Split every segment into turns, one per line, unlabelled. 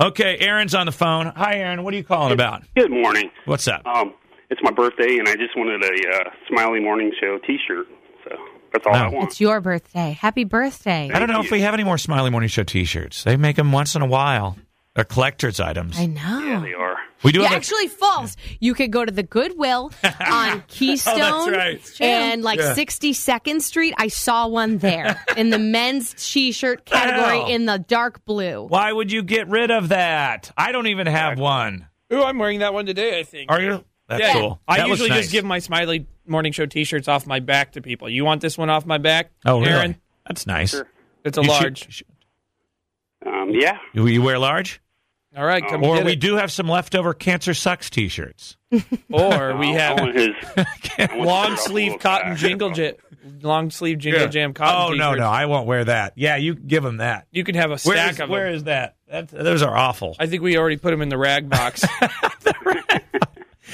Okay, Aaron's on the phone. Hi, Aaron. What are you calling about?
Good morning.
What's
Uh,
up?
Um, it's my birthday, and I just wanted a uh, Smiley Morning Show T-shirt. So that's all
Wow.
I want.
It's your birthday. Happy birthday.
I don't know
thank
if
you.
we have any more Smiley Morning Show T-shirts. They make them once in a while. They're collector's items.
I know.
Yeah, they are.
We do
Yeah,
have a- Oh,
actually, false. You could go to the Goodwill on Keystone
right. It's true.
and like
Yeah.
62nd Street. I saw one there in the men's t-shirt category
hell?
in the dark blue.
Why would you get rid of that? I don't even have one.
Ooh, I'm wearing that one today. I think.
Are you? That's
yeah,
cool.
I
That was
usually
nice.
just give my Smiley Morning Show T-shirts off my back to people. You want this one off my back?
Oh, really?
Aaron,
That's nice.
Sure.
it's a
You should-
large.
sh-
Um, yeah,
you you wear large,
All right, come
or
get
we
it.
do have some leftover cancer sucks T-shirts.
Or we
Oh, I
have
want his uh,
long sleeve cotton jingle jam, long sleeve jingle jam
Oh
cotton.
no,
t-shirts.
no, I won't wear that. Yeah, you give them that.
You can have a
Where
stack
is-
of
where
them.
is that? That's, those are awful.
I think we already put them in the rag box.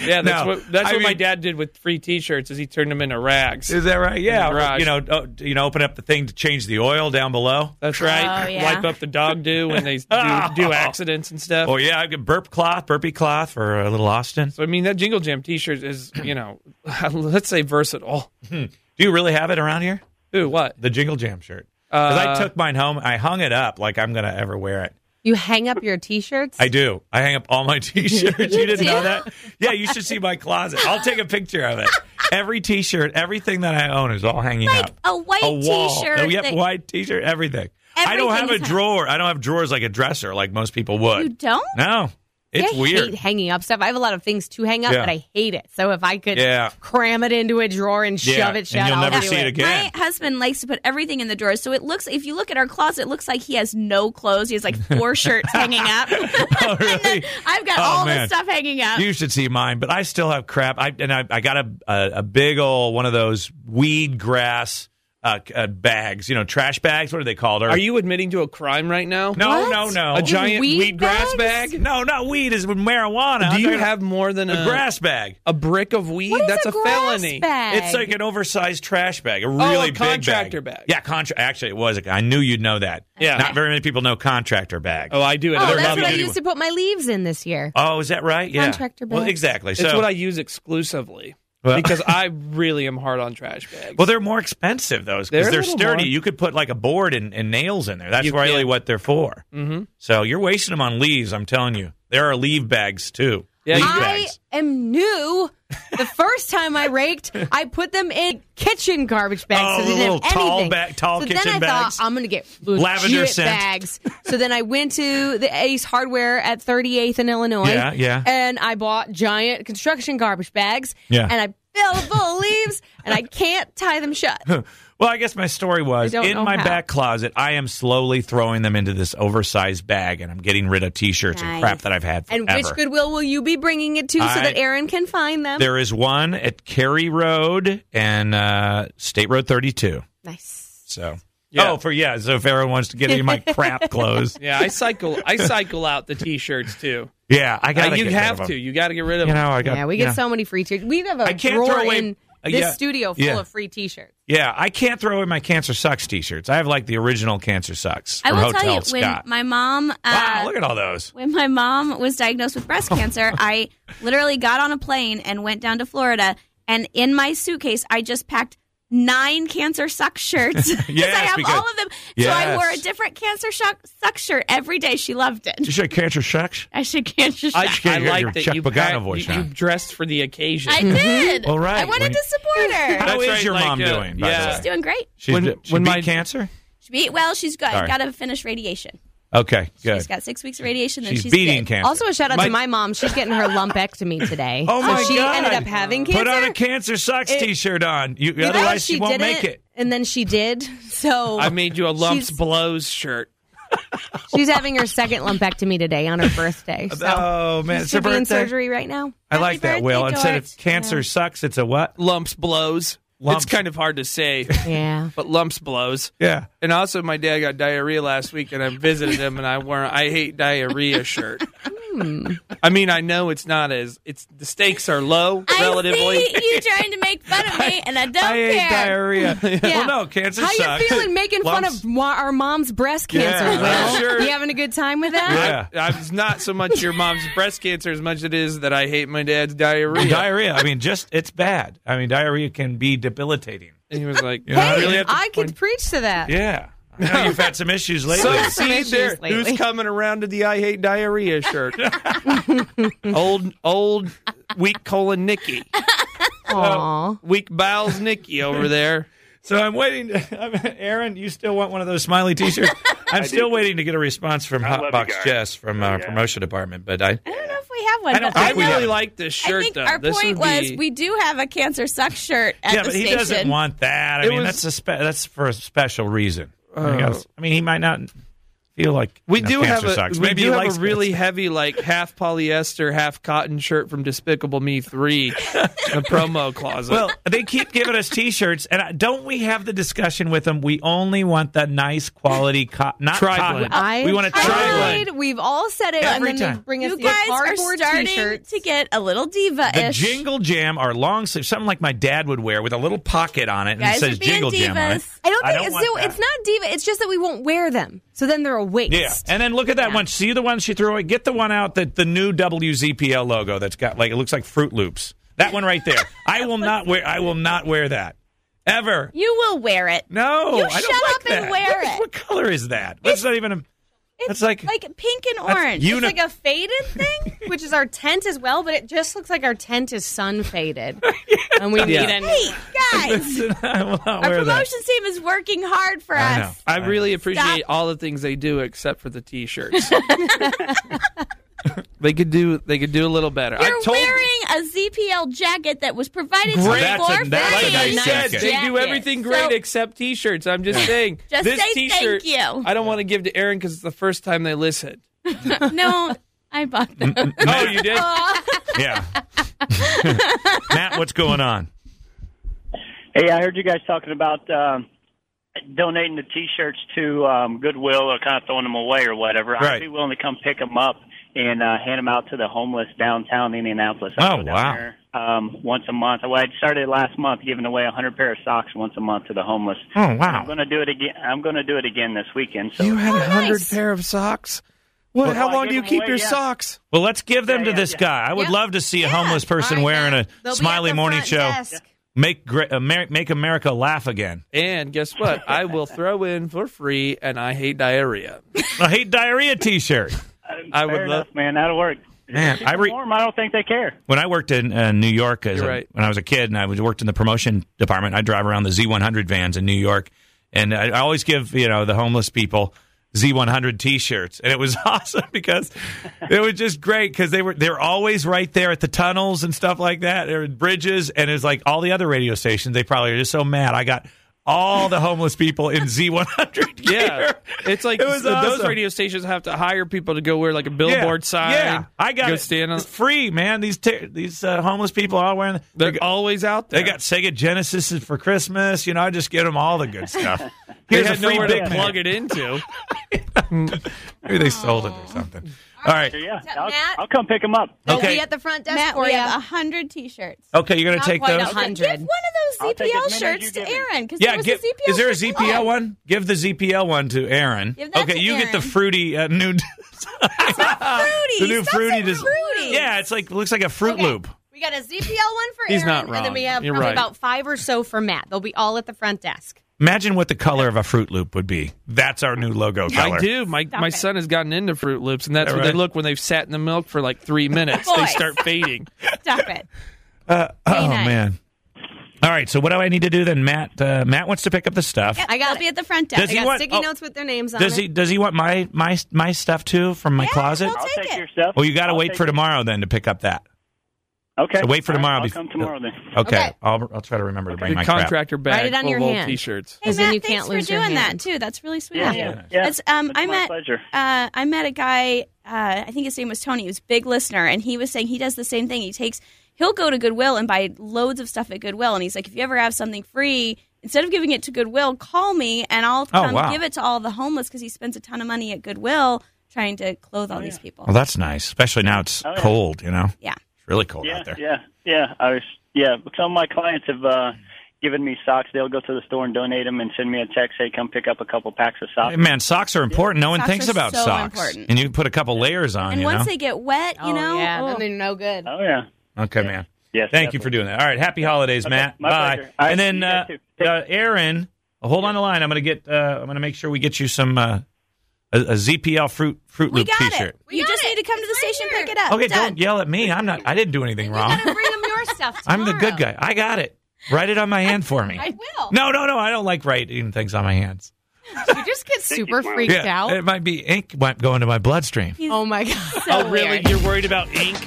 yeah, that's
No,
what that's
I
what my
mean-
dad did with free T-shirts. Is he turned them into rags?
Is that right? Yeah.
In the
Or,
garage.
You know, oh, you know, open up the thing to change the oil down below.
That's right.
Oh, yeah.
Wipe up the dog do when they do, do accidents and stuff.
Oh yeah, I get burp cloth, burpee cloth for a little Austin.
So I mean, that Jingle Jam T-shirt is, you know, let's say versatile.
Do you really have it around here?
Ooh, what?
The Jingle Jam shirt. Because I
Uh,
took mine home. I hung it up like I'm gonna ever wear it.
You hang up your t-shirts.
I do. I hang up all my T-shirts. you didn't
do?
know that? Yeah, you should see my closet. I'll take a picture of it. Every T-shirt, everything that I own is all hanging
like
up.
a white
a wall.
t-shirt.
Oh, yep,
that-
white T-shirt. Everything. I
Everything
don't have a
is hung-
drawer. I don't have drawers like a dresser, like most people would.
You don't?
No, it's
I
weird.
hate hanging up stuff. I have a lot of things to hang up,
Yeah.
but I hate it. So if I could
Yeah.
cram it into a drawer and shove
Yeah,
it
and
shut,
you'll
I'll
never
do
see it again.
My husband likes to put everything in the drawers, so it looks. If you look at our closet, it looks like he has no clothes. He has like four shirts hanging up.
Oh, really?
And then I've got
Oh,
all
man.
this stuff hanging
uh,
up.
You should see mine, but I still have crap. I and I, I got a, a a big old one of those weed grass uh, c- uh, bags, you know, trash bags. What are they called? Or-
Are you admitting to a crime right now?
No,
What?
no, no.
a giant
weed
weed, grass
bags?
bag.
no, not weed. Is marijuana. I'm
Do you
talking
have more than
a
a
grass bag?
a brick of weed?
What is
that's
a, grass
felony.
Bag?
It's like an oversized trash bag, a really
Oh, a
big
contractor bag.
Yeah, contra- Actually, it was. A, I knew you'd know that.
Yeah.
Not very many people know contractor bag.
Oh, I do it.
oh,
I
They're
that's
love
what I
it.
duty
used to put my leaves in this year.
Oh, is that right? Yeah.
Contractor
Well,
bag.
exactly.
It's
so,
what I use exclusively
Well-
because I really am hard on trash bags.
well, they're more expensive those
They're
because
a
they're,
little
sturdy.
more.
You could put like a board and, and nails in there. That's
You
really
can.
what they're for.
Mhm.
So you're wasting them on leaves. I'm telling you, there are leave bags too.
Yeah,
leaf
you-
I
bags.
am new. The first time I raked, I put them in kitchen garbage bags.
Oh,
so they
the
didn't
little
have
tall
anything.
ba- tall
so
kitchen
then I
bags.
thought I'm going to get
Lavender
legit
scent.
bags. So then I went to the Ace Hardware at 38th in Illinois.
Yeah, yeah.
And I bought giant construction garbage bags.
Yeah.
And I filled full of leaves, and I can't tie them shut.
Well, I guess my story was
I don't
in
know
my
how.
back closet. I am slowly throwing them into this oversized bag, and I'm getting rid of T-shirts and
Nice.
crap that I've had forever.
And which Goodwill will you be bringing it to so
I-
that Aaron can find them?
There is one at Cary Road and uh, State Road 32.
Nice.
So,
Yeah.
oh, for yeah. So if everyone wants to get any of my crap clothes,
yeah, I cycle. I cycle out the T-shirts too.
yeah, I got.
Uh, you have to.
You
You got to get rid of them.
know, I got.
yeah, we get
yeah.
so many free t-shirts. We have a
I can't
drawer
throw away-
in
uh,
this
yeah,
studio full
yeah.
of free t-shirts.
Yeah, I can't throw away my cancer sucks T-shirts. I have like the original cancer sucks
I
from
will
Hotel
tell you,
Scott.
when my mom, uh,
wow, look at Oh, all those.
when my mom was diagnosed with breast cancer, I literally got on a plane and went down to Florida. And in my suitcase, I just packed nine cancer suck shirts
Yes,
I have
because-
all of them. So I wore a
Yes.
different cancer shock, suck shirt every day. She loved it.
Did you say cancer sucks?
I should cancer shock.
I,
Just
I
get your- your
like
Chuck
that you,
Pagano
pack-
voice
you,
on.
you dressed for the occasion.
I did.
Well, right,
I wanted
when-
to support her.
How
That's
is
right,
your
like,
mom
uh,
doing? By
yeah.
the way?
She's doing great.
She's
When-
d- she
when
beat
my-
cancer.
She beat, well, she's got
Sorry.
got to finish radiation.
Okay, good.
She's got six weeks of radiation. Then
She's
she's,
beating
good.
cancer.
Also, a shout out
My-
to my mom. She's getting her lumpectomy today.
Oh, my
so she
God.
ended up having cancer.
Put on a cancer sucks
It-
T-shirt on. You,
You know,
otherwise, she, won't
didn't,
make it.
And then she did. So
I made you a lumps
She's-
blows shirt.
she's having her second lumpectomy today on her birthday. So
Oh man,
she
it's her
should be in
birthday.
surgery right now.
I like
Happy
that. Will
birthday,
instead of
George.
cancer sucks, it's a what?
Lumps blows.
Lumps.
It's kind of hard to say,
Yeah.
but lumps blows.
Yeah.
And also, my dad got diarrhea last week, and I visited him, and I wore a I hate diarrhea shirt.
Hmm.
I mean, I know it's not as it's the stakes are low relatively.
I see you trying to make fun of me, and I don't
I ate
care.
diarrhea.
Yeah.
Well, no, cancer
How
sucks.
you feeling making fun
Lumps.
of mo- our mom's breast cancer?
Yeah,
Will?
I'm sure.
You having a good time with that?
Yeah.
I, it's not so much your mom's breast cancer as much it is that I hate my dad's diarrhea.
diarrhea. I mean, just it's bad. I mean, diarrhea can be debilitating.
and he was like,
Yeah.
I
Hey,
really have to
I could
point-
preach to that.
Yeah. I know you've had some issues lately.
So
some
see
issues
there,
lately.
who's coming around to the I hate diarrhea shirt? old, old, weak colon Nikki,
Aw.
weak bowels Nikki over there.
So I'm waiting. I'm, Aaron, you still want one of those smiley T-shirts? I'm still waiting to get a response from
love you
Hotbox
guys.
Jess from our
yeah.
promotion department, but I
I don't know if we have one.
I don't
but
I
think we have
really
it.
like this shirt
I think
though.
our
This
point
would
was
be-
we do have a cancer suck shirt at
yeah,
the
but he
station.
doesn't want that. I
It
mean,
was- Oh.
that's a spe- that's for a special reason. I mean, that's- I mean, he might not feel like
We
you know,
do have
cancer
a
sucks.
we
Maybe
do
he
have
likes
a really
cancer.
heavy like half polyester half cotton shirt from Despicable Me three, in the promo closet.
Well, they keep giving us T-shirts, and I, don't we have the discussion with them? We only want the nice quality cotton, not
Tri-blend.
cotton.
I
we want to try
tried. We've all said it,
Every
and then
time.
they bring us
You
the
guys are
cardboard
starting
t-shirts.
to get a little diva
The
ish.
Jingle Jam are long sleeve, something like my dad would wear with a little pocket on it and
Guys
it
are
says
being
Jingle Jam on it.
divas.
I don't think
want
so.
that.
It's not diva. It's just that we won't wear them, so then they're a waste.
Yeah, and then look at that one. See the one she threw away. Get the one out that the new WZPL logo that's got like it looks like Fruit Loops. That one right there. I will not wear. I will not wear that ever.
You will wear it.
No,
You
I don't
shut
like
up and
that.
wear
What-
it.
What color is that? That's not even a.
It's
That's like-
like pink and
That's
orange.
uni-
It's like a faded thing, which is our tent as well, but it just looks like our tent is sun faded, and we
Yeah.
need a new.
hey guys,
I will not
our
wear that.
promotions team is working hard for
I know.
us.
I really appreciate
Stop.
all the things they do except for the t-shirts. they could do they could do a little better.
You're
I told
wearing a ZPL jacket that was provided
Great.
to you
That's a-
for
that's
free.
a
like I
nice
said,
jacket.
they do everything
So-
great except t-shirts. I'm just saying
Just
this
say
t-shirt
thank you.
I don't want to give to Aaron cuz it's the first time they listened.
no, I bought them.
oh, you did?
Yeah. Matt, what's going on?
Hey, I heard you guys talking about um, donating the T-shirts to um, Goodwill or kind of throwing them away or whatever.
Right.
I'd be willing to come pick them up and uh, hand them out to the homeless downtown Indianapolis. I
Oh,
go down
wow.
there, um, once a month. Well, I started last month giving away a 100 pair of socks once a month to the homeless.
Oh
I'm
wow.
going to do it again. I'm going to do it again this weekend. So
You had a hundred
nice.
pair of socks. What?
Well,
how
I
long
gave
do you
them
keep
away,
your
yeah.
socks?
Well, let's give them
Yeah,
to
yeah,
this
yeah.
guy. I would
Yeah.
love to see a homeless person wearing a smiley morning show. Make great, Amer- make America laugh again.
And guess what? I will throw in for free, and I hate diarrhea.
I hate diarrhea T-shirt.
I would
um, fair
love-
enough, man. That'll work.
Man, I re-
Warm, I don't think they care.
when I worked in uh, New York as
You're
a-
right.
when I was a kid and I was worked in the promotion department, I drive around the Z100 vans in New York, and I, I always give you know the homeless people Z100 T-shirts, and it was awesome because it was just great because they were they were always right there at the tunnels and stuff like that. There were bridges, and it's like all the other radio stations. They probably are just so mad. I got. All the homeless people in Z100 gear.
Yeah, it's like
It was
those
awesome.
radio stations have to hire people to go wear like a billboard
yeah.
sign.
Yeah, I got
go
it.
stand on.
It's free, man. These t- these uh, homeless people are all wearing.
They're always out there.
They got Sega Genesis for Christmas. You know, I just get them all the good stuff. Here's
They
a
had
free
nowhere
Big
to
Mac.
plug it into.
Maybe they sold it or something. All right.
Yeah,
Matt?
I'll, I'll come pick them up.
They'll
Okay.
be at the front desk
Matt,
for
we
you.
have a hundred t-shirts.
Okay, you're gonna
Not
take
quite
those.
a hundred.
Give one
I'll
of those ZPL
take as many as
shirts
you
to
give me.
Aaron. 'cause
Yeah,
there was
give,
a ZPL
is there a
shirt
ZPL
on.
one? Give the ZPL one to Aaron.
Give that
okay,
to
you get the
Aaron.
fruity uh, new,
Fruity.
the new
Stop
fruity.
saying
des-
fruity.
Yeah, it's like looks like a Fruit
Okay.
Loop.
We got a ZPL one for
He's
Aaron, and
not
then we
wrong.
have
You're
probably
right.
about five or so for Matt. They'll be all at the front desk.
Imagine what the color of a Fruit Loop would be. That's our new logo color.
I do. My my
it.
son has gotten into Fruit Loops, and that's
Yeah,
what
right.
they look when they've sat in the milk for like three minutes. they
Boys.
start fading.
Stop it.
Oh
nice.
man. All right, so what do I need to do then, Matt? Uh, Matt wants to pick up the stuff.
I got
it.
to be at the front
Does
desk.
he
I got
want-
sticky
oh.
notes with their names on
Does
it.
he does he want my my my stuff too from my
Yeah,
closet?
I'll
I'll
take
take,
it.
your stuff.
Well, you got to
I'll
wait
take
for
it.
tomorrow then to pick up that.
Okay.
So wait for
All right,
tomorrow
I'll
bef- uh,
come tomorrow then.
Okay,
Okay.
I'll I'll try to remember to bring
The
my crap.
contractor bag
Write it on
full
your
of old
hand.
t-shirts.
Hey,
Because then
Matt,
you
thanks
can't
for
lose your
doing that
hand.
too. That's really sweet.
Yeah,
of you.
yeah, yeah.
That's, um,
It's
I
my
met
pleasure.
Uh, I met a guy. Uh, I think his name was Tony. He was a big listener, and he was saying he does the same thing. He takes he'll go to Goodwill and buy loads of stuff at Goodwill, and he's like, if you ever have something free, instead of giving it to Goodwill, call me and I'll come
Oh, wow.
give it to all the homeless because he spends a ton of money at Goodwill trying to clothe all these people.
Well, that's nice, especially now it's
Oh, yeah.
cold. You know,
Yeah.
it's really cold
yeah,
out there.
yeah, yeah. I was, yeah. Some of my clients have uh, given me socks. They'll go to the store and donate them, and send me a text. Hey, come pick up a couple packs of socks.
Hey, man, socks are important. No one
Socks
thinks
are
about
so
socks,
important.
and you can put a couple layers on.
And
you
once
know,
they get wet, you know,
yeah,
oh.
then they're no good.
Oh yeah.
okay, man.
Yes.
Thank you for doing that. All right, happy holidays, Matt.
my
Bye.
pleasure. All right,
and then
you guys
uh,
too.
uh, Aaron, hold on the line. I'm gonna get. Uh, I'm gonna make sure we get you some uh, a, a ZPL fruit fruit
we
loop
got
T-shirt.
it. you
got
just
it.
need to come to the
It's right
station
here.
pick it up.
Okay,
Done.
don't yell at me. I'm not. I didn't do anything wrong.
You gotta bring them your stuff.
Uh-huh. I'm the good
tomorrow.
guy. I got it. Write it on my hand for me.
I will.
No, no, no. I don't like writing things on my hands.
You just get
you,
super
Smiley.
freaked
yeah,
out.
it might be ink went- going to my bloodstream.
Oh my god. So
Oh, really?
weird.
You're worried about ink?